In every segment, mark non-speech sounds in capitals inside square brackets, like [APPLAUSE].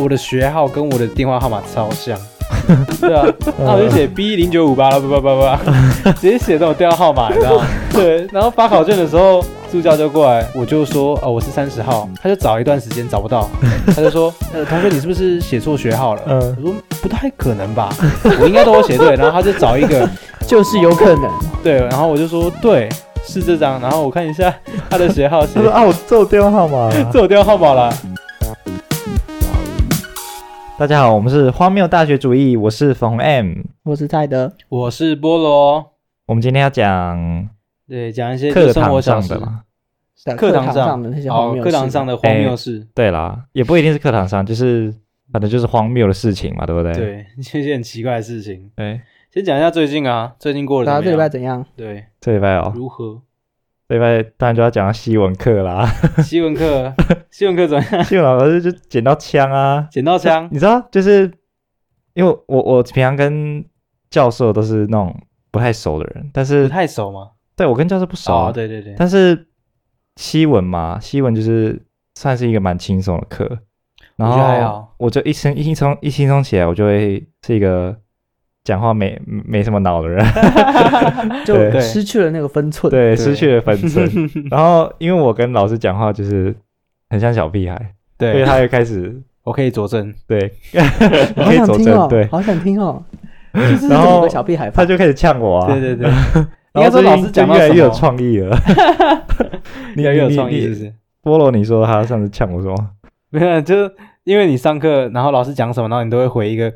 我的学号跟我的电话号码超像。 [LAUGHS] 对啊，那我就写 B 零九五八八八八八，直接写那种电话号码，你知 [LAUGHS] 道吗？对，然后发考卷的时候，助教就过来，我就说哦，我是三十号，他就找一段时间找不 [LAUGHS] 到，他就说呃，同学你是不是写错学号了？嗯我说不太可能吧，我应该都有写对，然后他就找一个就是有可能。对，然后我就说对，是这张，然后我看一 [LAUGHS] 下他的学号写他说啊，我这有电话号码啊。这我电话号码啦。 [LAUGHS] 大家好，我们是荒谬大学主义，我是粉红 M。我是泰德，我是菠萝，我们今天要讲对，讲一些就课是生活堂小上事的，啦。在啊课堂堂上的那些荒哦，谬课堂上的的荒哎谬事，对啦，也不一定是课堂上，就是反正就是荒谬的事情嘛，对不对？对， [LAUGHS] 一些很奇怪的事情。对，先讲一下最近啊，最近过得大家怎这礼么拜样？怎样？对，这礼拜哦，如何？这礼拜当然就要讲到西文课啦。 [LAUGHS] 西文课，西文课怎么样？西文老师就捡到枪啊，捡到 [LAUGHS] 枪，你知道，就是因为我我平常跟教授都是那种不太熟的人，但不是太熟吗？对我跟教授不熟、啊哦，对对对，但是西文嘛，西文就是算是一个蛮轻松的课，然我觉得还后好我就一轻一轻松一轻松起来，我就会是一个讲话没没什么脑的人， [LAUGHS] 就对失去了那个分寸。对，失去了分 [LAUGHS] 寸。然后因为我跟老师讲话就是很像小屁孩，所以对，他就 [LAUGHS] 开始我可以佐证，对，好可以想佐听证哦，对好想听 [LAUGHS] 哦。就是然后有个小屁孩吧他就开始呛我啊，对对对，应然该后说最老近师讲就到越来什越有么创 [LAUGHS] 意了， [LAUGHS] 你越来越有你创意，你是不是？菠萝，你说他上次呛我什么？没有，啊就是因为你上课，然后老师讲什么，然后你都会回一个，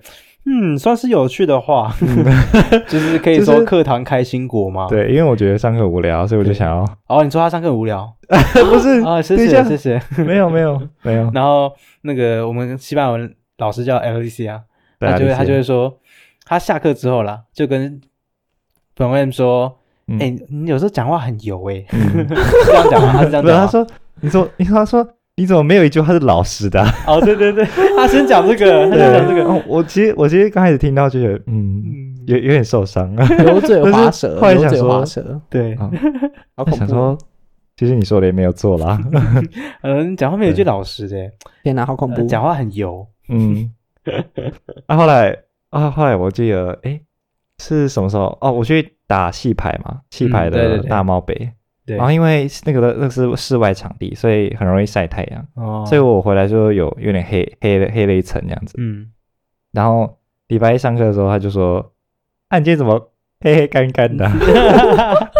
嗯，算是有趣的话， [LAUGHS] [LAUGHS] 就是可以嗯就是说课堂开心果吗？。对，因为我觉得上课无聊，啊所以我就 [LAUGHS] 想要，哦，你说他上课很无聊不是啊、谢嗯等谢一下谢谢。 [LAUGHS] 没有没有没有，然后那个我们西班牙文老师叫 Alicia，对他就会啊他就会说，他下课之后啦，就跟本位说，嗯哎、你有时候讲话很油 [LAUGHS] 哎、嗯是这样讲吗？他是这样不是讲吗？他说，你说你说他说你怎么没有一句话是老实的啊？ [LAUGHS] 哦，对对 [LAUGHS] 对，他先讲这个，他先讲这个，哦我其实我其实刚开始听到就觉得，嗯，啊嗯，有有点受伤，啊油嘴滑但舌，是后来油想嘴说滑舌，对，好恐想怖！哦说 [LAUGHS] 其实你说的也没有错啦，嗯，讲话没有一句老实的、天哪，好恐呃怖！讲话很油，嗯，啊后来啊后来我记得，哎是什么时候？哦，我去打戏牌嘛，戏牌嗯对对的对大帽杯，对，然后因为是那个的那个是室外场地，所以很容易晒太阳，哦所以我回来就有有点黑黑了黑了一层这样子。嗯，然后礼拜一上课的时候，他就说：“啊，你今天怎么黑黑干 [LAUGHS] 干的啊、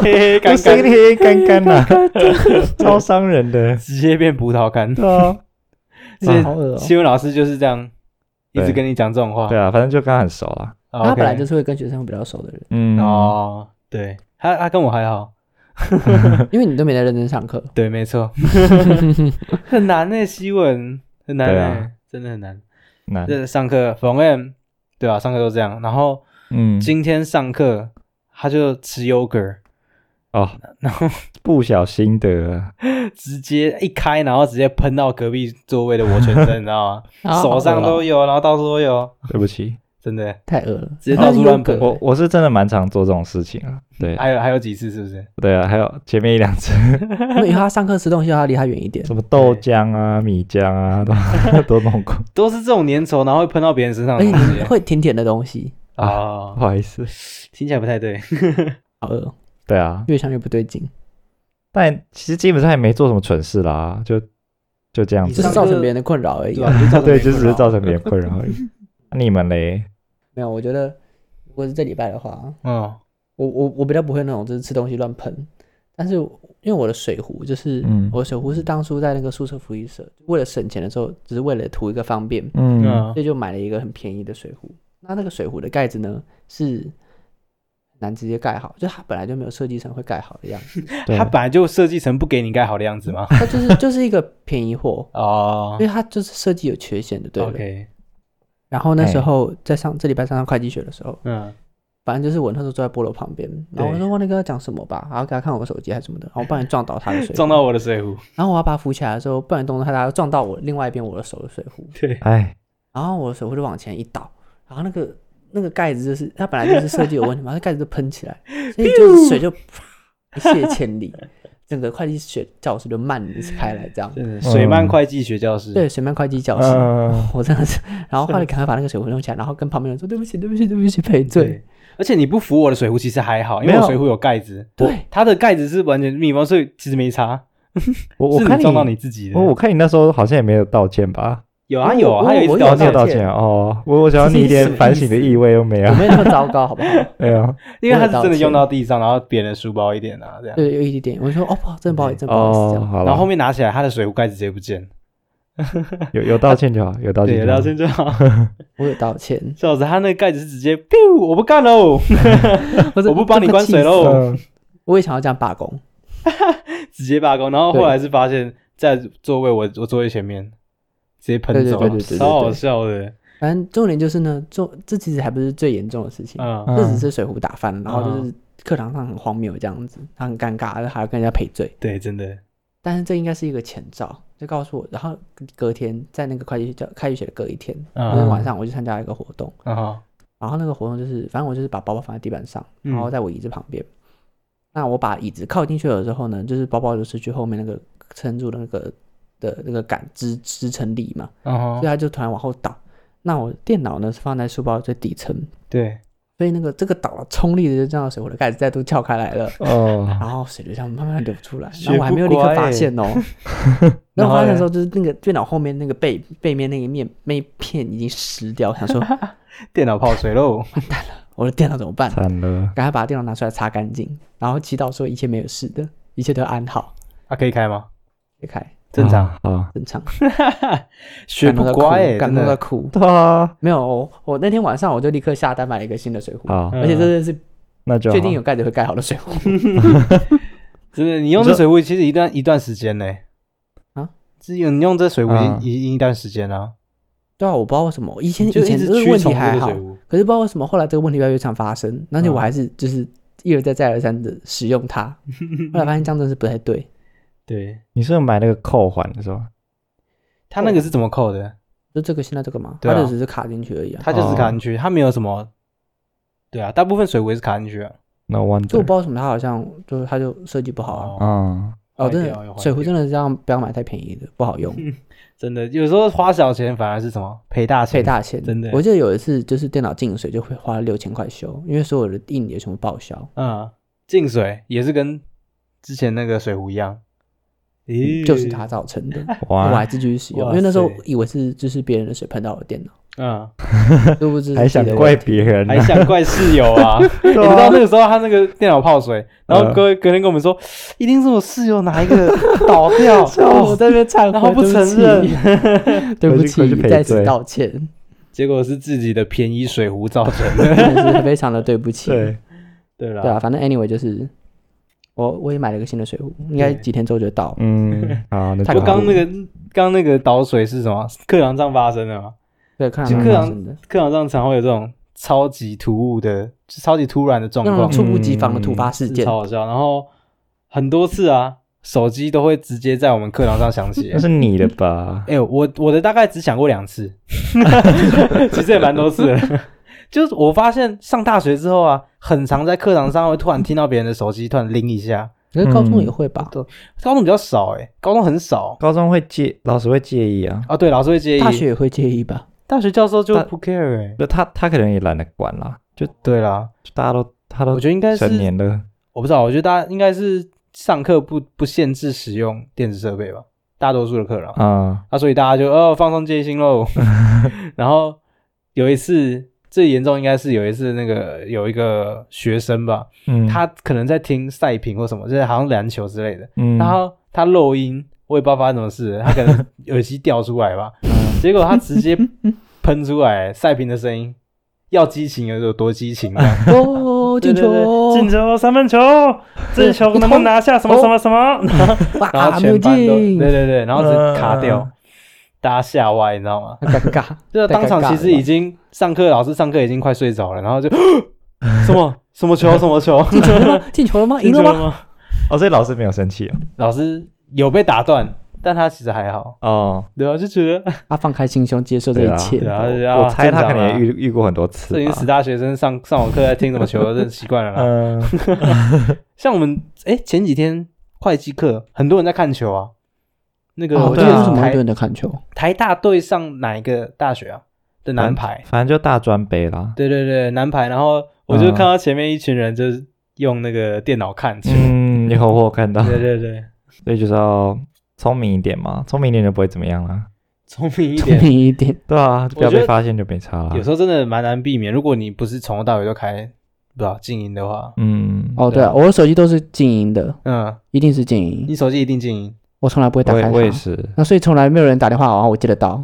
嘿嘿，就刚声音刚黑黑干干的啊、 [LAUGHS] 超伤人 [LAUGHS] 的。直接变葡萄干，对 [LAUGHS] 啊，所以好恶哦新闻老师就是这样，一直对跟你讲这种话，对啊，反正就跟他很熟啦。哦他 OK 本来就是会跟学生比较熟的人，嗯，哦，对，他他跟我还好，因为你都没在认真上 [LAUGHS] 课。对，没错，很难呢、西文很难对呢、啊真的很难。那这上课冯 M 对吧、上课都这样，然后嗯今天上课他就吃 yogurt，哦，然后不小心啊的，直接一开，然后直接喷到隔壁座位的我全身，你知道吗？啊手上好恶哦都有，然后到处都有，对不 [LAUGHS] 起，真的。太恶了，直接到处乱喷我我是真的蛮常做这种事情啊。对还有还有几次是不是？对啊，还有前面一两次， [LAUGHS] 因为以后他上课吃东西，要离他远一点。什么豆浆啊、米浆啊，都 [LAUGHS] 都弄过，都是这种粘稠，然后会喷到别人身上而的且东西 [LAUGHS] 你会甜甜的东西，啊、不好意思。听起来不太对。好恶，哦对啊，越想越不对劲，但其实基本上也没做什么蠢事啦，就就这样你子只上是课。造成别人的困扰而已对啊。啊，就 [LAUGHS] [LAUGHS] 造成对，别人就只困是扰造成别人困扰而 [LAUGHS] 已。那你们嘞？没有，我觉得如果是这礼拜的话，嗯我我我比较不会那种就是吃东西乱喷，但是我因为我的水壶就是，嗯我的水壶是当初在那个宿舍福利社，为了省钱的时候，只是为了图一个方便，嗯，嗯所以就买了一个很便宜的水壶。那那个水壶的盖子呢是很难直接盖好，就它本来就没有设计成会盖好的样子，对它，本来就设计成不给你盖好的样子 [LAUGHS] 嘛。它就是就是一个便宜货，哦因为它就是设计有缺陷的，对了。 ，OK，然后那时哎候在上这礼拜上上会计学的时候，嗯，反正就是我那时候坐在菠萝旁边，然后我对说忘了跟他讲什么吧，然后给他看我手机还是什么的，然后不然撞倒他的水壶撞到，我的水壶，然后我要把他扶起来的时候，不然动作太大，撞到我另外一边我的手的水壶，对，哎，然后我的水壶就往前一倒，然后那个那个盖子就是它本来就是设计有问题嘛，那盖子就喷起来，所以就是水就啪一泻千里，整个会计学教室就蔓延开来，这样。真的水漫会计学教室，对，水漫会计教室，嗯， [LAUGHS] 我真的是，然后后来赶快把那个水壶弄起来，然后跟旁边人说对不起，对不起，对不起，赔罪。，而且你不扶我的水壶其实还好，因为没有我水壶有盖子，对我它的盖子是完全密封，所以其实没差，我我是看你撞到你自己的我。我看你那时候好像也没有道歉吧？有啊有啊，我他有一我直有道歉哦，你有，道歉哦，我我想要你一什点么意思反省的意味都没有我，没有那么糟糕，好不好？没有。因为他是我有道真的歉用到地上，然后扁了书包一点啊，这样。对，有一点点，我说哦，不好，真的不好意思，真的不好意思，这哦，样。好了，然后后面拿起来，他的水壶盖子直接不见，有有道歉就好，有道对，歉，然后现在就好我有道歉，笑死，他那个盖子是直接， [LAUGHS] 噗，我不干哦喽，我我不帮你关水喽。喽，嗯， [LAUGHS] 我也想要这样罢工， [LAUGHS] 直接罢工。然后后来是发现，在座位我我座位前面直接喷走对对对对对，对超好笑的，反正重点就是呢，重这其实还不是最严重的事情，嗯，嗯这只是水壶打翻，然后就是课堂上很荒谬这样子，他很尴尬，还要跟人家赔罪。对，真的，但是这应该是一个前兆，就告诉我。然后隔天在那个会计学教开学的隔一天，那天嗯，晚上我去参加一个活动，然后然后那个活动就是，反正我就是把包包放在地板上，嗯然后在我椅子旁边。那我把椅子靠进去了之后呢，就是包包就失去后面那个撑住的那个的那个杆支支撑力嘛，然所后以它就突然往后倒。那我电脑呢是放在书包最底层，对，所以那个这个倒了冲力的就这样，水壶的盖子再度撬开来了。哦，然后水就这样慢慢流出来，学然后我还没有立刻发现哦。然后我发现的时候，就是那个电脑后面那个背背面那一面那一片已经湿掉，我想说电脑泡水喽，我的电脑怎么办？惨了，赶快把电脑拿出来擦干净，然后祈祷说一切没有事的，一切都安好。啊，可以开吗？别开，正 [LAUGHS] 常，啊，啊正常。学感动不到哭乖欸，感真动到的，哭。对啊，没有，我我那天晚上我就立刻下单买了一个新的水壶，好，嗯而且这是那就好确定有盖子会盖好的水壶。真的，你用这水壶其实一段一段时间呢，啊，只有你用这水壶嗯已已一段时间了，对啊，我不知道为什么，以前以就一前直这个驱问题虫这还个好水，壶，可是不知道为什么后来这个问题越来越常发生，而且嗯我还是就是一而再再而三的使 [LAUGHS] 用它，后来发现这样真的是不太对。对，你是有买那个扣环的是吧？它那个是怎么扣的？就这个现在这个嘛，对啊它就只是卡进去而已啊。它就是卡进去，它没有什么，对啊，大部分水壶也是卡进去啊，那就我不 wonder，知道为什么，它好像就是它就设计不好啊。嗯，坏哦，真掉又的坏水壶掉真的是这样，不要买太便宜的，不 [LAUGHS] 好用，真的，有时候花小钱反而是什么赔大钱。费大钱。真的我记得有一次就是电脑进水就会花六千块修，因为所有的硬碟全部报销。嗯，进水也是跟之前那个水壶一样，咦、嗯就是它。造成的，哎我嗯哇还，是继续使用，哇因为那时候塞以为是就是别人的水喷到我的电脑， [LAUGHS] 嗯，殊不知是还想自己的怪问题别人呢 [LAUGHS] 还，想怪室友啊？你知对道啊那个时候他那个电脑泡嗯水，然后隔隔天跟我们说，一定是我室友哪一个倒 [LAUGHS] 掉，哦我在那边忏悔，然后不对承起认， [LAUGHS] 对不回去回去起，赔再次罪 [LAUGHS] 道歉，结果是自己的便宜水壶造成 [LAUGHS] 的。真的是非常的对不起。对，对对了，啊，反正 anyway 就是我我也买了一个新的水壶，应该对几天之后就到。嗯，好， [LAUGHS] 那我就刚好刚那个刚那个倒水是什么？课堂上发生的吗？对，看就来蛮客发人生的，课堂上常会有这种超级突兀的、就超级突然的状让况嗯人，猝不及防的突发事是件。超好笑。然后很多次啊，手机都会直接在我们课堂上响起 [LAUGHS] 那。是你的吧？哎、我我的大概只响过两 [LAUGHS] 次，其实也蛮多次的。就是我发现上大学之后啊，很常在课堂上会突然听到别人的手机突然铃一下。可是高中也嗯会吧？高中比较少哎、高中很少 [LAUGHS] 高中会介，老师会介意啊，啊。对，老师会介意。大学也会介 [LAUGHS] 意吧？大学教授就大不 care 哎、就他他可能也懒得管啦，就对啦，就大家都他我都觉得应该是成年了，我不知道，我觉得大家应该是上课不不限制使用电子设备吧，大多数的课啦。啊，啊，所以大家就哦放松戒心喽。然后有一次最严重应该是有一次那个有一个学生吧，嗯，他可能在听赛评或什么，就是好像篮球之类的，嗯，然后他漏音，我也不知道发生什么事了，他可能耳机掉出来吧，结果他直接喷出来赛评的声音。要激情有有多激情这啊样哦，进球哦，进球三分球，这球能不能拿下什么什么什么？然哇，后没有全班都对进，对对，然后只卡嗯嗯掉，大家吓歪，你知道吗？很尴尬。就是太尴当场尬其了实已吧经上课，老师上课已经快睡着了，然后 [LAUGHS] 就什么什么球什么球，进球了吗？ [LAUGHS] 进球了吗？进赢球了了吗？吗？哦，所以老师没有生气哦老师有被打断，但他其实还好，哦，对吧、就觉得啊他啊放开心胸接受这对啊一切对。啊，对啊我猜他可能正也。常啊遇遇过很多次这已经吧死，啊大学生上嗯上网课在听什么球，真的习惯了啦。嗯，像我们哎前几天会计课，很多人在看球啊。那个哦我记对得啊为是什么会台对的看球？台大对上哪一个大学啊的男排？ [LAUGHS] 反正就大专杯啦。对对对，男排。然后我就嗯看到前面一群人就是用那个电脑看球。嗯，以后我有看到，对对对，所以就是要聪明一点嘛，聪明一点就不会怎么样啦。聪明一聪点，明一点，对啊，就不要我觉被得发现就没差啦有。时候真的蛮难避免。如果你不是从头到尾都开，不知道静音的话，嗯，哦，对对啊啊，我的手机都是静音的，嗯，一定是静音你，手机一定静音。我从来不会打我开也我也啊它。是，那所以从来没有人打电话，然后我接得到。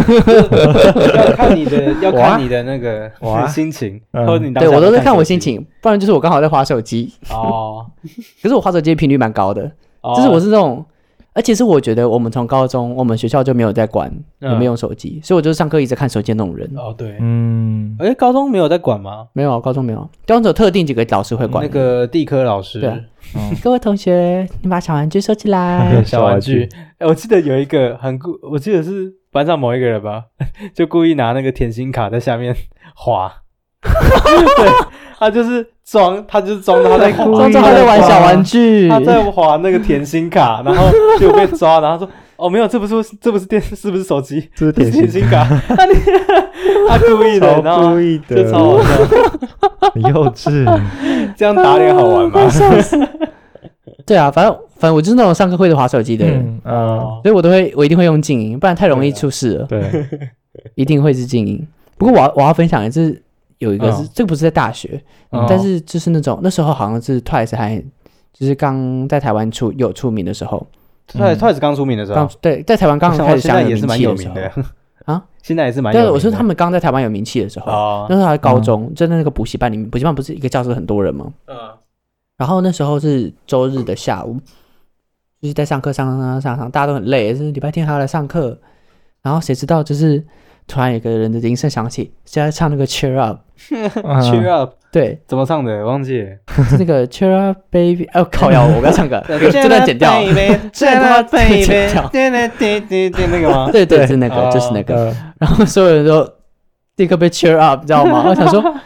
要看你的，要我啊看你的那个我啊 [LAUGHS] 心情，嗯或者你当对下我都是看看我手机心情，不然就是我刚好在划手机。哦。可是我划手机的频率蛮高的，哦就是我是那种，而且是我觉得我们从高中我们学校就没有在管嗯有没有用手机，所以我就是上课一直看手机的那种人。哦，对， [LAUGHS] 嗯，哎，高中没有在管吗？没有啊，高中没有，高中只有特定几个老师会管那。个地科老师对啊哦各位同学，你把小玩具收起 [LAUGHS] 来。小玩具，哎，我记得有一个很故，我记得是班上某一个人吧， [LAUGHS] 就故意拿那个甜心卡在下面划， [LAUGHS] 对他就是装，他就是装他在故故装意意作还在玩小玩具。具，哦他在划那个甜心卡，然后就被抓，然后说：“哦，没有，这不是这不是电，是不是手机？这是这点是心 [LAUGHS] 甜，心卡。”他 [LAUGHS] 你他故意的，然超后故意的，就超好笑。很幼稚。这样打脸好玩吗？对啊，反正反正我就是那种上课会划手机的人， [LAUGHS] 嗯哦嗯，所以我都会我一定会用静音，不然太容易对啊出事了。 [LAUGHS] 对，一定会是静音。不过我要我要分享的是有一个是、嗯这个不是在大学，嗯但是就是那种那时候好像是 Twice 还就是刚在台湾出有出名的时候， Twice 嗯 Twice 刚出名的时刚候，对在台湾刚啊我想开到始现在想也是蛮有名名气的的时候 [LAUGHS] 啊， [LAUGHS] 现在也是蛮有对名啊，的。我说他们刚在台湾有名气的时候，哦，那时候还高中，就在那个补习班里面，补习班不是一个教室很多人吗？嗯然后那时候是周日的下午，就是在上课上上上上上，大家都很累，就是礼拜天还要来上课。然后谁知道就是突然有个人的铃声响起，是在唱那个 Cheer Up， [LAUGHS] ，Cheer 嗯 Up 对，怎么唱的？忘记 [LAUGHS] 了。是那个 Cheer Up Baby，哦靠腰，我不要唱歌，呃这段剪掉。这 [LAUGHS] 这段他妈对 [LAUGHS] 剪掉对对对对，那个 [LAUGHS] 吗？对对，对是那个，哦就是那个。 [LAUGHS] 呃然后所有人都立刻被 Cheer Up，你知道吗？我想说啊，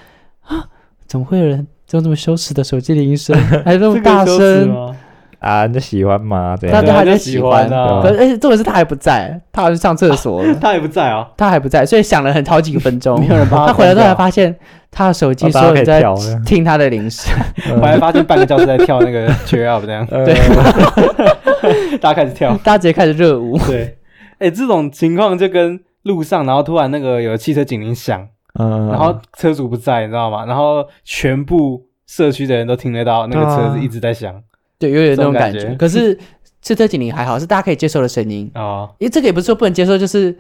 怎么会有人用这么羞耻的手机铃声，还那么大声？啊，你就喜欢嘛？这大样哦家还对啊在就喜喜欢欢，啊可是而哎且重点是他还不在，他好像去上厕所了。他也不在啊，他还不在，所以想了很好几个分 [LAUGHS] 钟。没有人帮他回来之后才后发现，他的手机哦所大家可有以人在跳嗯这样听他的铃声，我还发现半个教室在跳 [LAUGHS] 那个 Cheer Up 这样，对对，大家开始跳。大家直接开始热舞。对，哎，这种情况就跟路上，然后突然那个有汽车警铃响，嗯，然 [LAUGHS] 后 [LAUGHS] 车主不在，你知道吗？然后全部社区的人都听得到那个车子一直在响对，有点这那种种感感觉。觉可是这特警铃还好，是大家可以接受的声音。哦，因为这个也不是说不能接受，就是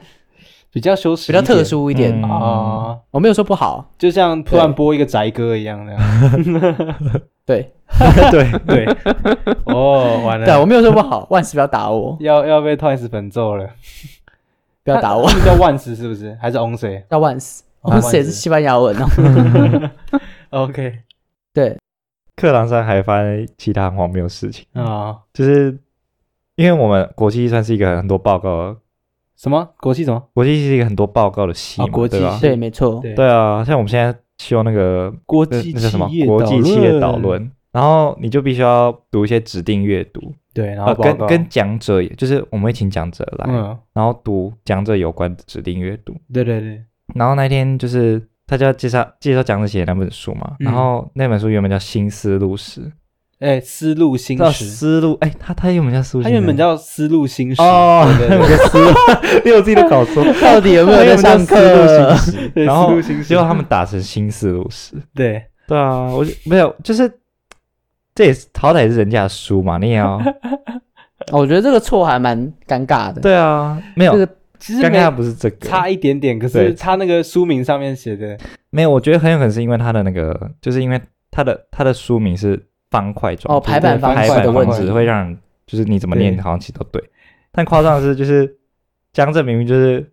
比较羞耻，比较特殊一点。嗯啊、哦我没有说不好，就像突然播一个宅歌一样的。对 [LAUGHS] 对， [LAUGHS] 对，哦，完对，我了，没有说不好，万事不要打 [LAUGHS] 我，要要被 Twice 粉揍了，不要打我他，们叫万斯是不是？还是 On 谁要万死。哦万死也是西班牙文哦。 ？OK 对，课堂上还发生其他很荒谬的事情，啊、就是因为我们国际算是一个很多报告，什么国际什么？国际是一个很多报告的系嘛，哦国际对吧系？对，没错。对对啊，像我们现在修那个国那际那叫什么企业国际企业导论，论，然后你就必须要读一些指定阅读，对，然后呃，报跟告跟讲者也，就是我们会请讲者来，嗯，然后读讲者有关的指定阅读。对对对，然后那天就是他就要介绍介绍讲者写的那本书嘛，嗯然后那本书原本叫《新思路史》，哎，思路新叫时，思路，哎，他他原本叫思路，它原本叫思路新时，哦，对那对个思路， [LAUGHS] 连我自己都搞错。到底有没有在上他原本叫思课？路新史，对然思后路新史结果他 [LAUGHS] 们打成新思路史，对对啊，我就没有，就是这也是好歹也是人家的书嘛，你也要哦我觉得这个错还蛮尴尬 [LAUGHS] 的。对啊，没有这，个其实刚没刚不是这个，差一点点，可对是他那个书名上面写的，没有，我觉得很有可能是因为他的那个，就是因为他的他的书名是方块装哦就是排版方方块块的方问式题会让人就是你怎么念对好像其实都对，但夸张的是就是江浙明明就是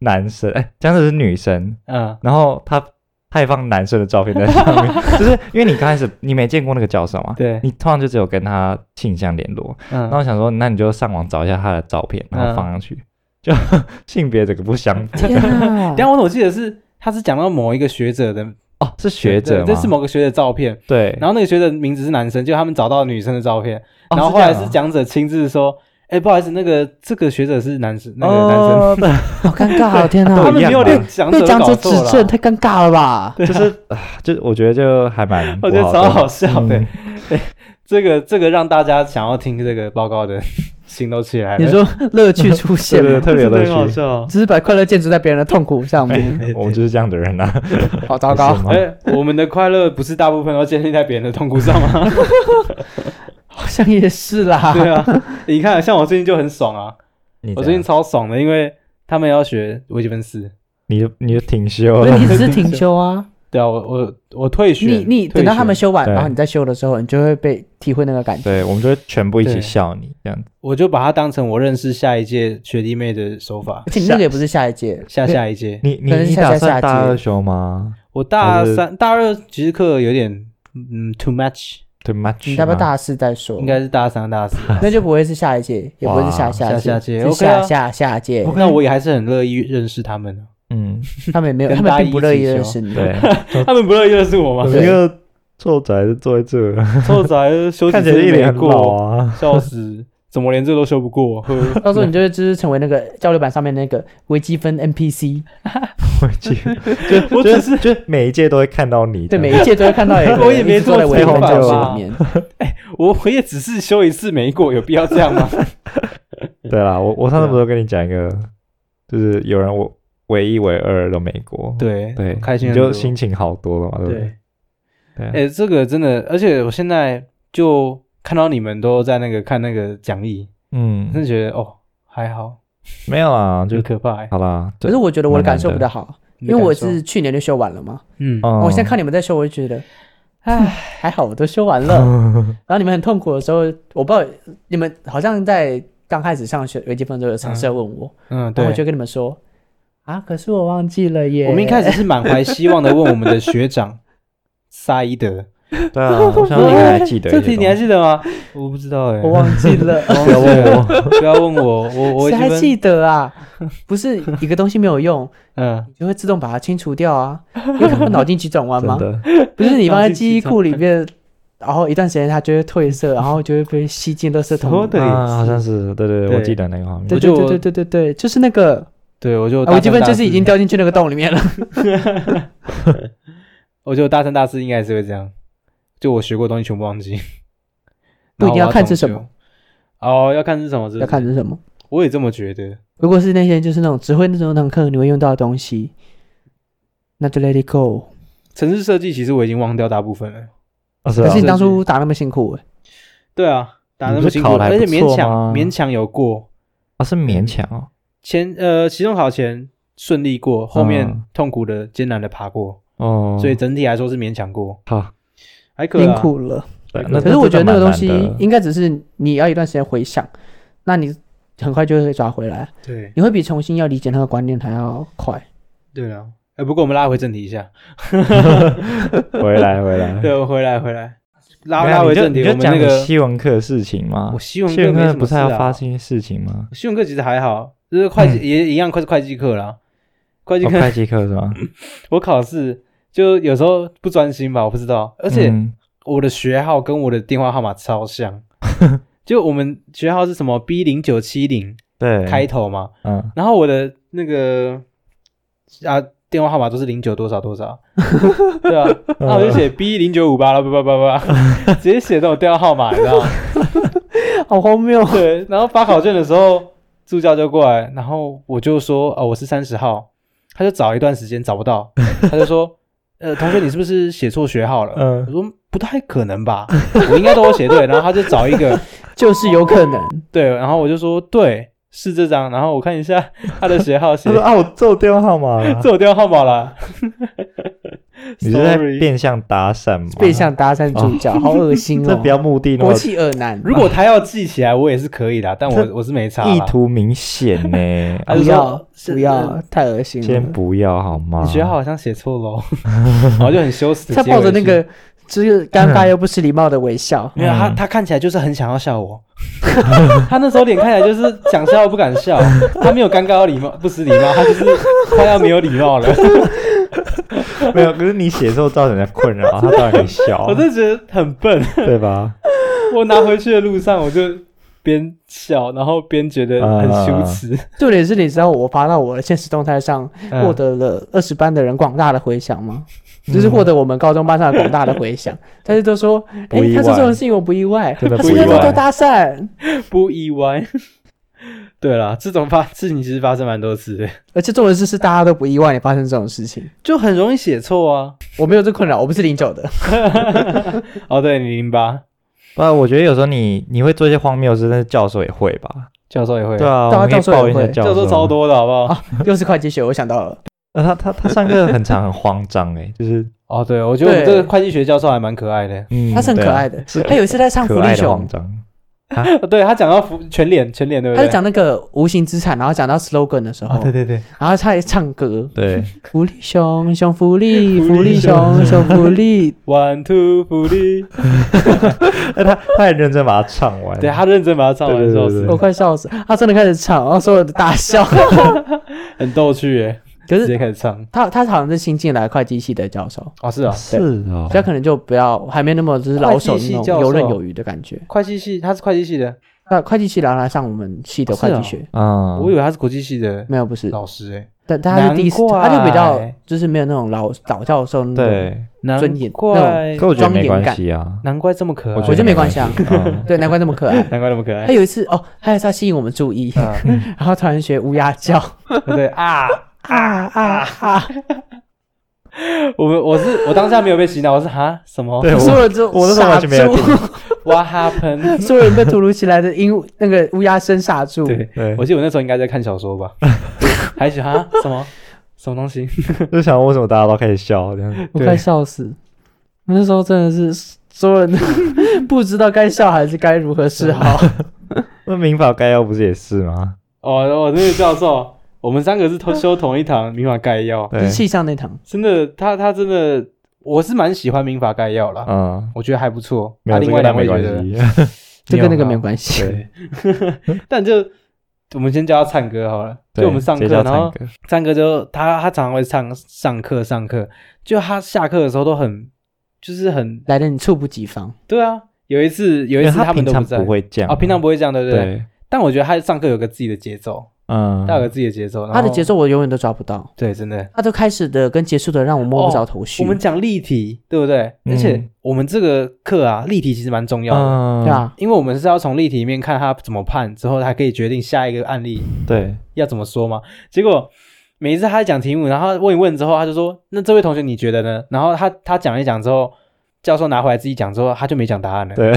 男生，哎，江浙是女生，嗯，然后他他也放男生的照片在上面， [LAUGHS] 就是因为你刚开始你没见过那个教授嘛，对，你通常就只有跟他倾向联络，嗯然后，我想说，那你就上网找一下他的照片，然后放上去，就 [LAUGHS] 性别整个不相符。天啊 [LAUGHS] 但我怎么记得是他是讲到某一个学者的哦，是学者吗？对这是某个学者照片，对，然后那个学者名字是男生，就他们找到女生的照片，哦然后后来是这样啊讲者亲自说，哎、不好意思，那个这个学者是男生，那个男生，哦 [LAUGHS] 对好尴尬哦，天都他哪一！们没样啊有吧连讲者被都讲者搞指错正，了，啊太尴尬了吧？就是啊，就我觉得就还蛮不我的，觉得超好笑的。嗯这个这个让大家想要听这个报告的 [LAUGHS] 心都起来了，你说 [LAUGHS] 乐趣出对现对，吗对？特别真的乐很好趣。笑。只是把快乐建筑在别人的痛苦上面，我们就是这样的人啊，好糟是糕，吗哎、我们的快乐不是大部分都建立在别人的痛苦上吗？ [LAUGHS] 好像也是啦。 [LAUGHS] 对啊，你看，像我最近就很爽啊， [LAUGHS] 你我这最样近超爽的，因为他们要学微积分四，你就你就挺羞所以了，你只是停休啊，对啊，我我我退学， [LAUGHS] 你你退等到他们学，修完，对然后你再修的时候，你就会被体会那个感觉。对，我们就会全部一起对笑你这样子。我就把它当成我认识下一届学弟妹的手法 [LAUGHS] 而，且你那个也不是下一届，下下一届，你你可能你下打下算下大集二休吗我大还是三大二其实课有点嗯 too much， ？Too much，你要不吗要大四再说？应该是大三大 [LAUGHS] 四。那就不会是下一届，也不会是下下哇下下届是 OK 下啊下下届。那我也还是很乐意认识他们的，啊 [LAUGHS] 嗯， [LAUGHS] 他们也没有，跟他们大一并不乐意一起认修识你。对，他们不乐意认识 [LAUGHS] 我我 [LAUGHS] 吗？们一个臭宅就坐在这，臭仔修看几起来次一没脸很老过，啊。笑死！怎么连这都修不过？啊呵 [LAUGHS] 到时候你就会就是成为那个交流板上面那个微积分 NPC，我记得，[LAUGHS] 就我就只是就每一届都会看到你这对，样，每一届都会看到有一 [LAUGHS] 个我也没一直坐在做微积分采访教吧室 [LAUGHS] 里面。我我也只是修一次没过，有必要这样吗？对啦，我我上次对啊不是跟你讲一个，就是有人我唯一唯二的美国， [LAUGHS] 对对，开心你很多就心情好多了嘛，对不对？对。对啊哎、这个真的，而且我现在就看到你们都在那个看那个讲义，真嗯，的觉得哦还好，没有啦，就很可怕、欸。好啦。可对是，我觉得我的蛮难感受的比较好，你因的为我感受是去年就修完了嘛。嗯，嗯我现在看你们在修，我就觉得，唉，还好我都修完了。然后你们很痛苦的时候，我不知道你们好像在刚开始上学微积分的时候，有尝试要问我，嗯，然对后我，就跟你们说啊，可是我忘记了耶。我们一开始是满怀希望的问我们的学 [LAUGHS] 长萨伊德， [LAUGHS] 对 [LAUGHS] 啊，我相信你还记 [LAUGHS] 得这一些题你还记得吗？我不知道哎、我忘记 [LAUGHS] 了。 [LAUGHS] 东西不要问我，不要问我，我我已 [LAUGHS] 谁还经记得啊？不是一个东西没有用，嗯，你就会自动把它清除掉啊。因为它会脑筋急转弯真吗？的，不是你放在记忆库里面，然后一段时间它就会褪色，然后就会被吸进垃说圾桶。的也啊好像是，是，对对对，对我记得那个画面对我对就对对对对对，就是那个，对我就啊我基本大三大就四是已经，掉进去那个洞里面了。我就大三大四应该是会这样，就我学过的东西全部忘 [LAUGHS] 记，不一定然要后我看是什么重修。哦，要看是什么是不是要看是什么。我也这么觉得。如果是那些就是那种只会那种堂课你会用到的东西，那就 let it go。城市设计其实我已经忘掉大部分了。啊是可啊是，你当初打那么辛苦，对啊，打那你不么是辛苦，考得还而且不错勉吗强勉强有过，啊是勉强哦，前呃期中考前顺利过，后面嗯痛苦的艰难的爬过，哦，所以整体来说是勉强过，好，还可以、辛啊。苦了。对那可是我觉得那个东西真的蛮难的应该只是你要一段时间回想，那你很快就会抓回来，对你会比重新要理解那个观念还要快。对了，哎、不过我们拉回正题一下， [LAUGHS] 回来回 [LAUGHS] 来，对，我回来回来，拉没有拉回你就正题，你我就们讲那你个西文课的事情嘛我，西文西文课没课什么不事是还啊，要发生一些事情吗？西文课其实还好，就是会计、也一样，快是会计课啦，会计嗯哦课、会计课是吗？ [LAUGHS] 我考试就有时候不专心吧，我不知道，而且。嗯我的学号跟我的电话号码超 [LAUGHS] 像，就我们学号是什么 B 零九七零对开头嘛，嗯然后我的那个啊电话号码都是零九多少多 [LAUGHS] 少，对啊，那我就哦写 B 零九五八啦，叭叭叭 [LAUGHS] 叭，直接写到我电话号码，你知道吗？好荒谬！ [LAUGHS] 对，然后发考卷的时候，助教就过来，然后我就说哦我是三十号，他就找一段时间找不到，他就说呃同学你是不是写错学号了？嗯 [LAUGHS] 我说不太可能吧，我应该都有写对，然后他就找一个 [LAUGHS] 就是有可能，对，然后我就说对是这张，然后我看一下他的学号写他说啊，我做电话号码了这我电话号码啦。 [LAUGHS] 你是在 Sorry 变相搭讪吗？被向搭讪主角，好恶心 [LAUGHS] 这哦不！要目的那国么际恶男，如果他要记起来，我也是可以的，啊但这我我是没差啦。意图明显呢，他哎不就要说呃不要，太恶 [LAUGHS] 心呃先了。不要好吗？你学号好像写错喽，然后就很羞耻。他抱着那，个就是尴尬又不失礼貌的微笑，没有他嗯他看起来就是很想要笑我， [LAUGHS] 他那时候脸看起来就是想笑又不敢笑，他没有尴尬又礼貌不失礼貌，他就是快要没有礼貌了。没有，可是你写的时候造成人家困扰，他当然可以 [LAUGHS] 笑，我真的觉得很笨。对吧？我拿回去的路上，我就边笑，然后边觉得很羞耻。重点是，你知道我发到我的现实动态上，嗯获得了二十班的人广大的回响吗？就是获得我们高中班上的广大的 [LAUGHS] 回响，大家都说，哎、不意他做这种外事情我不意外，真的他不是在意偷外偷搭讪，不意外。 [LAUGHS] 对啦，这种发事情其实发生蛮多次的，而且重点是是大家都不意外你发生这种事情，就很容易写错啊。我没有这困扰，我不是 [LAUGHS] 零九的，哦，对，你零八不然我觉得有时候你你会做一些荒谬的事，但是教授也会吧？教授也会，对啊，对啊我们可以教授也抱怨一下会教教授超。多的好不好？又是会计学，我想到了，呃他他他上课很长很慌张 [LAUGHS] 哎，就是哦，对，我觉得我们这对个会计学教授还蛮可爱的。嗯，他是很对可啊爱的，他有一次在上可福爱利的熊慌，张，对他讲到福全脸，全脸对不哦他对？在讲那个无形资产，然后讲到 slogan 的时候，啊，对对对然后他还唱歌，对，福利熊，熊福利， [LAUGHS] 福利福利熊，熊福利， One Two 福利，哎他 [LAUGHS] 他很认真把它唱完，对他认真把它唱完之后，对对对我快笑死！他真的开始唱，然后所有的大 [LAUGHS] 笑。很逗趣耶，可直接是开始唱。他他好像是新进来会计系的教授，哦，是啊，是哦所以他可能就不要还没那么就是老手会计系那教种授游刃有余的感觉。会计系，他是会计系的，那会计系来来上我们系的会计学，啊，我以为他是哦国际系的没有不是，老师哎，但但他是第一次，难怪他就比较就是没有那种老老教授那种。对，尊严难怪可我觉得没庄严关感系啊，难怪这么可爱，我呃我觉得没关系啊， [LAUGHS] 嗯对，难怪这么可 [LAUGHS] 爱。难怪那么可他爱。有一次哦，他还是要吸引我们注意，嗯， [LAUGHS] 然后突然学乌鸦叫，对啊，啊啊啊！我们我是我当下没有被洗脑，我是哈什么对我所有人都我那时候完全没有傻 [LAUGHS] 住听？What happened？所有人被突如其来的鹦鹉那个乌鸦声吓住。对，对，我记得我那时候应该在看小说吧，还喜哈什么什么东西？就想为什么大家都开始笑这样 [LAUGHS] 子，我对快笑死！我那时候真的是所有人都 [LAUGHS] 不知道该笑还是该如何是好。那民法概要不是也是吗？哦，我那个教授， [LAUGHS] 我们三个是同修同一堂民法概要，嗯 [LAUGHS] 对，气象那堂，真的，他他真的，我是蛮喜欢民法概要啦，嗯，我觉得还不错。没有啊，这另个外那两位没觉关得，系，这跟那个没没有 [LAUGHS] 关系。对但就我们先叫他唱歌好了，就对，我们上课，直接叫然后唱歌唱歌就他他常常会唱上课上课，就他下课的时候都很就是很来的你猝不及防，对啊。有一次有一次因为他们平都不常在不会这样啊，平常不不会这样，对不对？对，但我觉得他上课有个自己的节奏，嗯，他有个自己的节奏，然他的后节奏我永远都抓不哦到，对，真的。他都开始的跟结束的让我摸不着头绪。哦我们讲例题，对不对？嗯而且我们这个课啊，例题其实蛮重要的。嗯，对啊，因为我们是要从例题里面看他怎么判，之后才可以决定下一个案例对，要怎么说嘛。结果每一次他在讲题目，然后问一问之后，他就说：“那这位同学你觉得呢？”然后他他讲一讲之后，教授拿回来自己讲之后，他就没讲答案了。对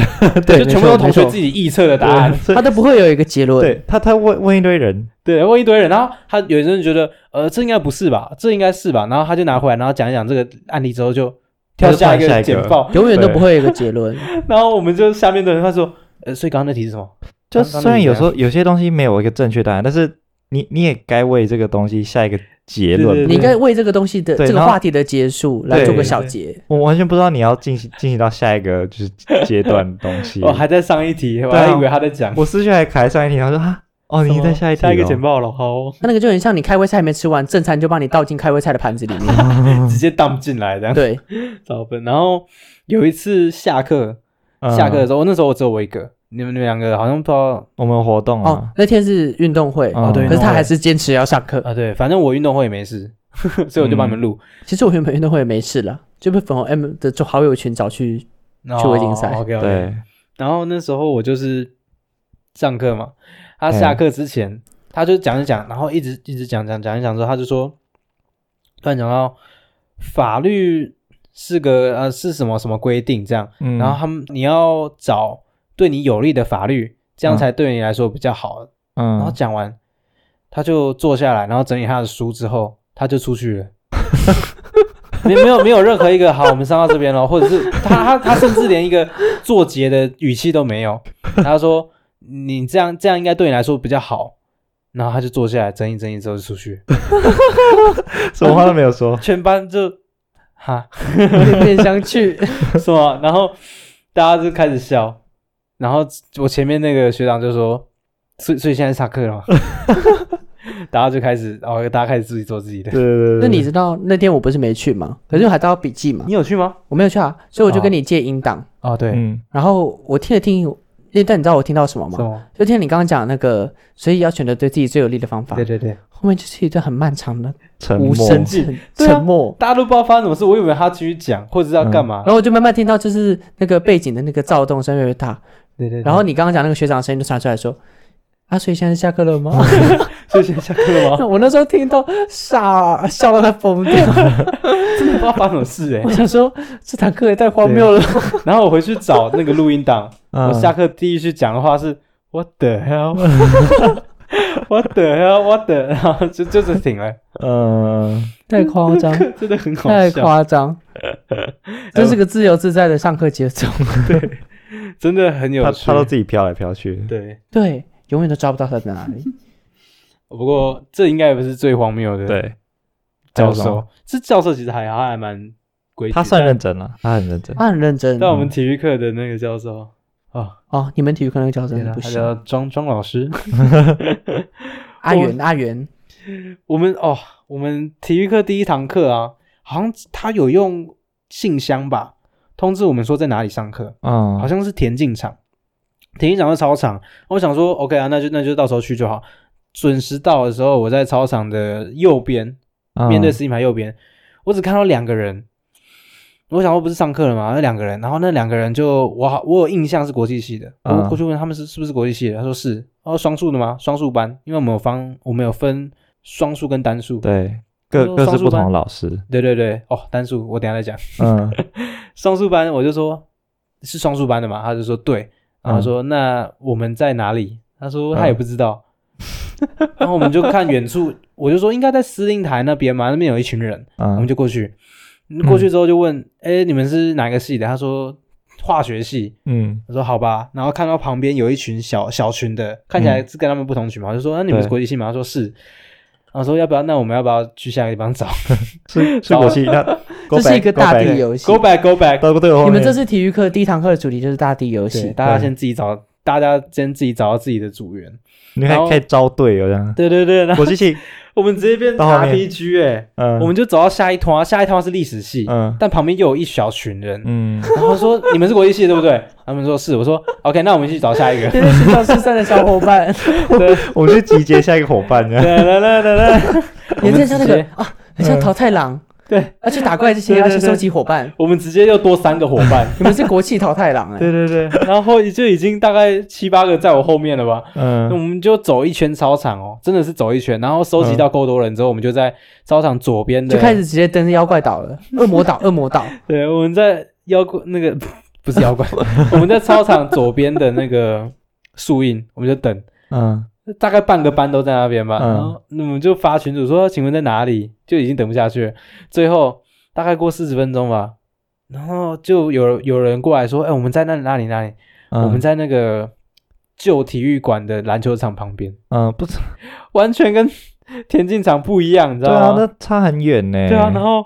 对，就全部都同没错学自己臆测的答案。所以他都不会有一个结论。对他他问问一堆人，对，问一堆人，然后他有些人觉得，呃，这应该不是吧，这应该是吧，然后他就拿回来，然后讲一讲这个案例之后，就跳下一跳下个一个简报，永远都不会有一个结论， [LAUGHS] 然后我们就下面的人他说，呃，所以刚刚那题是什么？就刚刚虽然那题有怎时候有些东西没有一个正确答案，但是你你也该为这个东西下一个结对对论对吧。你应该为这个东西的对这个然后话题的结束来对做个小结。我完全不知道你要进行进行到下一个就是阶段的东西。 [LAUGHS] 我、哦、还在上一题，我对啊还以为他在讲。我私讯还开上一题，然后说啊，哦，嗯你在下一一题、下一个简， [LAUGHS] 报了，好哦、他那个就很像你开胃菜还没吃完，正餐就帮你倒进开胃菜的盘子里 [LAUGHS] 面。嗯直接荡进来这样对，照分。然后有一次下课，下课的嗯时候，那时候我只有我一个，你们你们两个好像不知道我们有活动哦啊，，那天是运动会，哦对可是运动他会还是坚持要上 [LAUGHS] 课。啊，对，反正我运动会也没事， [LAUGHS] 所以我就帮你们录。嗯其实我原本运动会也没事了，就被粉红 M 的就好友群找去，趣味竞赛 o k 对，然后那时候我就是上课嘛，他下课之前、他就讲一讲，然后一直一直讲讲讲一讲之后，他就说，突然讲到法律是个呃是什么什么规定这样，嗯，然后他们你要找对你有利的法律，这样才对你来说比较好。然后嗯，讲完，他就坐下来，然后整理他的书之后，他就出去了。没没有没有任何一个好，我们上到这边了，或者是他他他甚至连一个作结的语气都没有。他说：“你这样这样应该对你来说比较好。”然后他就坐下来整理整理之后就出去，，什么话都没有说 [LAUGHS] 全班就哈面面相觑。 [LAUGHS] 什么，然后大家就开始笑。 [LAUGHS] 然后我前面那个学长就说：“所以所以现在下课了吗？”大家就开始，哦，大家开始自己做自己的。对对对。那你知道那天我不是没去吗？可是我还到笔记嘛你，有去吗？我没有去啊，所以我就跟你借音档。哦，对，嗯，然后我听了听，那但你知道我听到什么什吗？么？就听你刚刚讲那个，所以要选择对自己最有利的方法对。对对，后面就是一段很漫长的沉无默，声沉默沉对啊沉默。大家都不知道发生什么事，我以为他继续讲，或者是要干嘛然。后我就慢慢听到，就是那个背景的那个躁动声越来越大。对对，对然后你刚刚讲那个学长的声音就传出来说：“啊，所以现在下课了吗？” [LAUGHS] 所以现在下课了吗？ [LAUGHS] [LAUGHS] 我那时候听到傻笑到快疯掉。真的不知道发生什么事哎我。想说，这堂课也太荒谬了。然后我回去找那个录音档，嗯我下课第一句讲的话是 “What the [LAUGHS] hell”，“What the hell”，“What the”，然 [LAUGHS] 后就就是停了，嗯，太夸张， [LAUGHS] 真的很好太笑，夸 [LAUGHS] 张，这是个自由自在的上课节奏。 [LAUGHS] 真的很有他趣他。都自己飘来飘去，对，对，永远都抓不到他在 [LAUGHS] 哪里。不过这应该也不是最荒谬的。，对，教还有什授么，这教授其实还好，他还蛮规矩的。他算认真了，他很认真，他啊很认真但我们体育课的那个教授啊，哦。你们体育课那个教真天的啊不他行。叫庄庄老师。 [LAUGHS] 阿元，阿元，我们哦，我们体育课第一堂课啊，好像他有用信箱吧通知我们说在哪里上课，啊嗯，好像是田径场，田径场是操场。我想说 OK 啊，那就那就到时候去就好。准时到的时候，我在操场的右边，像面对十字牌右边，我只看到两个人。我想说不是上课了吗？那两个人，然后那两个人就我好，我有印象是国际系的，我嗯过去问他们是是不是国际系的，他说是。哦，双数的吗？双数班，因为我们有方，我们有分双数跟单数。对他各说各双是数不同班的老师， [LAUGHS] 对对对，哦，单数我等一下再讲。嗯，双数班我就说是双数班的嘛，他就说对，然后嗯说、那我们在哪里？他说他也不知道， [LAUGHS] 然后我们就看远处，我就说应该在司令台那边嘛，那边有一群人，我们嗯，就过去。过去之后就问，哎、你们是哪个系的？他说化学系。嗯，我说好吧，然后看到旁边有一群小小群的，看起来是跟他们不同群嘛，我就说那、啊你们是对国际系吗？他说是。然后说要不要？那我们要不要去下个地方找是是 [LAUGHS] 国际，那 go 这是 back，一个 go 大 back 地游戏？Go。back, go back。都对我后你们面这次体育课第一堂课的主题就是大地游对，戏，大家对先自己找，大家先自己找到自己的组员。你然后看可以招队友 [LAUGHS] 这样，对对对，然后国际系，我们直接变到后面 RPG 哎、嗯，我们就走到下一团，啊下一团是历史系，嗯但旁边又有一小群人。嗯，然后说你们是国际系对不对？他们说是，我说 OK，那我们去找下一个。这是学长失散的小伙伴， [LAUGHS] 我们去集结下一个伙伴这样，来来来来来， [LAUGHS] 我也们很像直那个接啊，很像淘太郎，对，要去打怪之前对要对先对收集伙伴。 [LAUGHS] 我们直接又多三个伙伴。你们是国际淘太郎哎，对对对，然后就已经大概七八个在我后面了吧。那我嗯们就走一圈操场哦，真的是走一圈，然后收集到够多人之后，我们就在操场左边的就开始直接登妖怪岛了，恶魔岛，恶魔岛，对，我们在妖怪那个不是妖怪， [LAUGHS] 我们在操场左边的那个树荫，我们就等，嗯，大概半个班都在那边吧。嗯然后我们就发群主说：“请问在哪里？”就已经等不下去了。最后大概过四十分钟吧，然后就有有人过来说：“哎、我们在那里哪里哪里？我我们在那个旧体育馆的篮球场旁边，嗯不知完全跟田径场不一样，你知对啊道，那吗？”差很远呢，对啊，然后。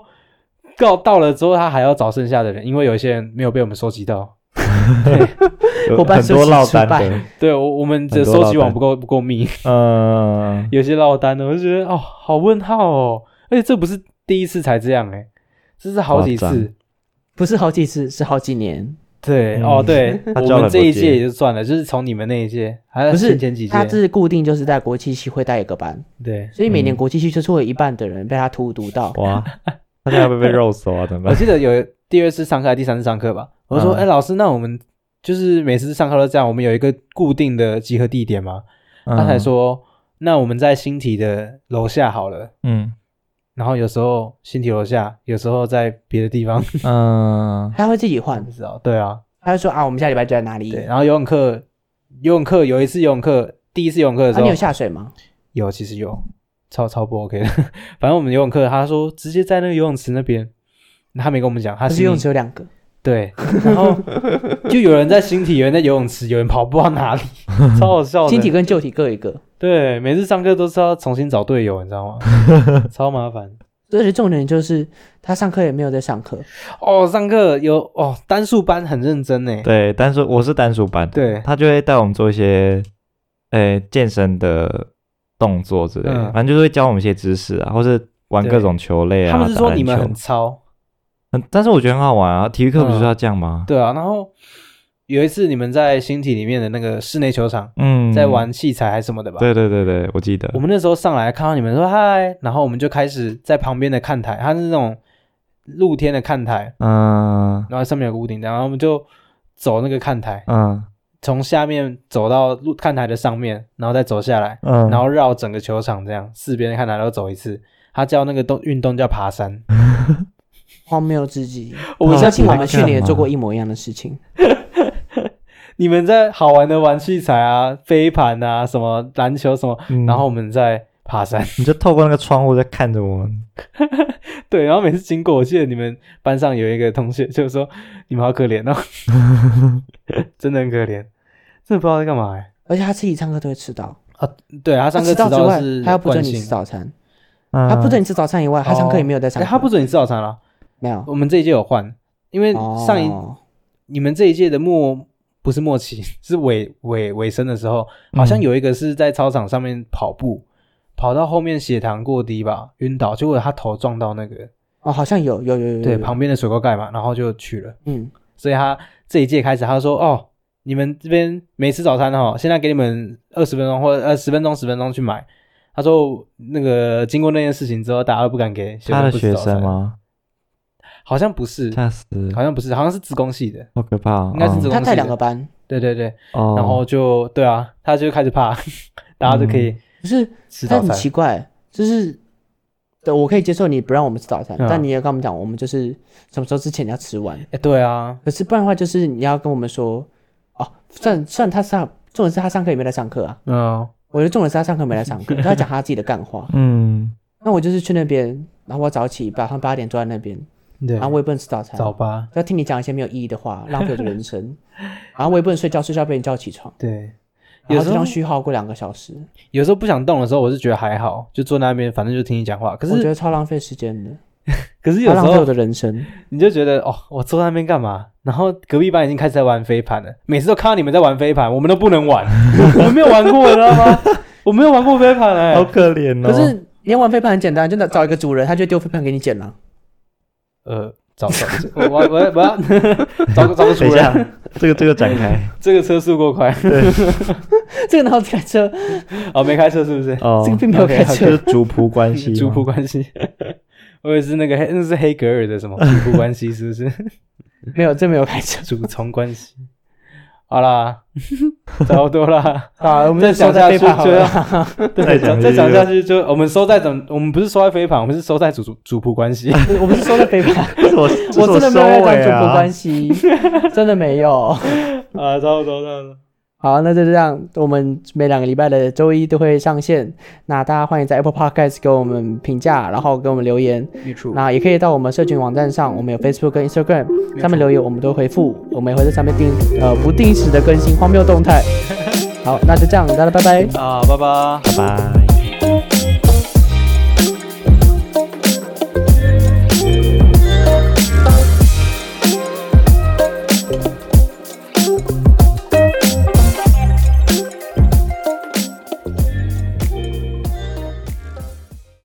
告到了之后，他还要找剩下的人，因为有一些人没有被我们收集到。有伙伴很多收集落失单败的，对我我们的很多收落集网单不够不够密， [LAUGHS] 嗯，有些落单的，我就觉得哦，好问号哦，而且这不是第一次才这样诶，这是好几夸张次。不是好几次，是好几年。对、嗯哦，对 [LAUGHS] 他我教们了很这多一届届也就算了，就是从你们那一届，还有不是前前几届他，是固定就是在国际系会带一个班， [LAUGHS] 对。所以每年嗯国际系就是会有一半的人被他荼毒到。 [LAUGHS] 哇，他现在会不会被肉搜啊？怎么我办？记得有第二次上课还是第三次上课吧，我就说，嗯哎、老师，那我们就是每次上课都这样，我们有一个固定的集合地点嘛。他才嗯，说，那我们在新体的楼下好了。嗯然后有时候新体楼下，有时候在别的地方， [LAUGHS] 嗯，他会自己换不，知道。对啊，他会说啊，我们下礼拜就在哪里？对，然后游泳课，游泳课有一次游泳课，第一次游泳课的时啊，候、你有下水吗？有其实有，超超不 OK 的。 [LAUGHS] 反正我们游泳课，他说直接在那个游泳池那边，他没跟我们讲，他可是是游泳池有两个，对，然后就有人在新体，有人在游泳池，有人跑不知道哪里，超好笑的。新体跟旧体各一个。对，每次上课都是要重新找队友，你知道吗？ [LAUGHS] 超麻烦。而且重点就是他上课也没有在上课，哦，上课有哦，单数班很认真呢。对，单数我是单数班，对他就会带我们做一些，呃，健身的动作之类的，嗯反正就是会教我们一些知识啊，或是玩各种球类啊。他们是打说篮你们球很糙，很，但是我觉得很好玩啊。体育课不是要这样吗？对啊。然后有一次你们在星体里面的那个室内球场，嗯，在玩器材还是什么的吧？对对对对，我记得我。们那时候上来看到你们说嗨，然后我们就开始在旁边的看台，它是那种露天的看台，嗯然后上面有个屋顶，然后我们就走那个看台，嗯从下面走到露看台的上面，然后再走下来，嗯，然后绕整个球场这样，四边的看台都走一次。他叫那个动运动叫爬 [LAUGHS] 山，荒谬至极。我们哦相相信信我我们们去去年年做做过过一模一样的事情。你们在好玩的玩器材啊、飞盘啊、什么篮球什么，嗯然后我们在爬山。 [LAUGHS] 你就透过那个窗户在看着我们。对，然后每次经过，我记得你们班上有一个同学就说：“你们好可怜哦，哦 [LAUGHS] 真的很可怜，真的不知道在干嘛、欸。而且他自己上课都会迟到，”对啊，他上课迟到之到外是，他又不准惯你吃性，早餐，嗯他不准你吃早餐以外，他上课也没有在上哎课，他不准你吃早餐了。没有。我们这一届有换，因为上一、哦你们这一届的末不是末期，是尾尾尾声的时候，好像嗯有一个是在操场上面跑步，跑到后面血糖过低吧，晕倒，结果他头撞到那个哦，好像有有有有有对有旁边的水沟盖嘛，然后就去了。嗯，所以他这一届开始，他说：“哦，你们这边没吃早餐哦，现在给你们二十分钟或呃十分钟、十分钟去买。”他说：“那个经过那件事情之后，大家都不敢给他的不吃学早餐生？吗？好像不是，吓死，好像不是，好像是自工系的。好可怕哦！应该是这种他带两个班，对对对，哦，然后就对啊，他就开始怕， [LAUGHS] 大家就可以嗯可是吃他早很餐。奇怪，就是。对，我可以接受你不让我们吃早餐，嗯但你也跟我们讲，我们就是什么时候之前要吃完。哎，对啊，可是不然的话，就是你要跟我们说，哦，算算他上，重点是他上课也没来上课啊。嗯，我觉得重点是他上课没来上课，他讲他自己的干话。嗯，那我就是去那边，然后我早起，晚上八点坐在那边，对啊然，后我也不能吃早餐，早八，要听你讲一些没有意义的话，浪费我的 [LAUGHS] 人生。然后我也不能睡觉，睡觉被你叫起床，对。然有后时这候样虚耗过两个小时，有时候不想动的时候，我是觉得还好，就坐那边，反正就听你讲话。可我觉是得超浪费时间的，可是有时超浪费候我的人生。你就觉得哦，我坐在那边干嘛？然后隔壁班已经开始在玩飞盘了，每次都看到你们在玩飞盘，我们都不能 [LAUGHS] 玩，我们没有玩过，你知道吗？我没有玩过飞盘哎、好可怜哦。可是你要玩飞盘很简单，就找找一个主人，他就丢飞盘给你捡了。 [LAUGHS] 呃，找找，我我我我要 [LAUGHS] 找个找个主等一下人，， [LAUGHS] 这个这个展 [LAUGHS] 开这个车速过 [LAUGHS] 快这个然后开车，哦，没开车是不是？哦这个，并没有开 OK，OK 车。就是 [LAUGHS] 族谱关系吗，哦族谱关系， [LAUGHS] 我也是那个黑，那是黑格尔的 [LAUGHS] 什么族谱关系是不是？没有，这没有 [LAUGHS] 开车。主从关系。好 [LAUGHS] 啦，差不多啦，啊， [LAUGHS] 我们再讲收在下飞去盘好就要了。再对，讲再讲就下去就我们收在怎，我们不是收在飞盘，我们是收在主主主仆关系。 [LAUGHS] 我们是收在 [LAUGHS] 飞盘， [LAUGHS] 这是我啊我真的没有在讲主仆播关系，真的没有。啊，差不多，差不多。好，那就这样，我们每两个礼拜的周一都会上线。那大家欢迎在 Apple Podcast 给我们评价，然后给我们留言。预祝那也可以到我们社群网站上，我们有 Facebook 跟 Instagram，上面留言我们都会回复，我们也会在上面定呃不定时的更新荒谬动态。好，那就这样，大家拜拜。啊，拜拜。拜拜。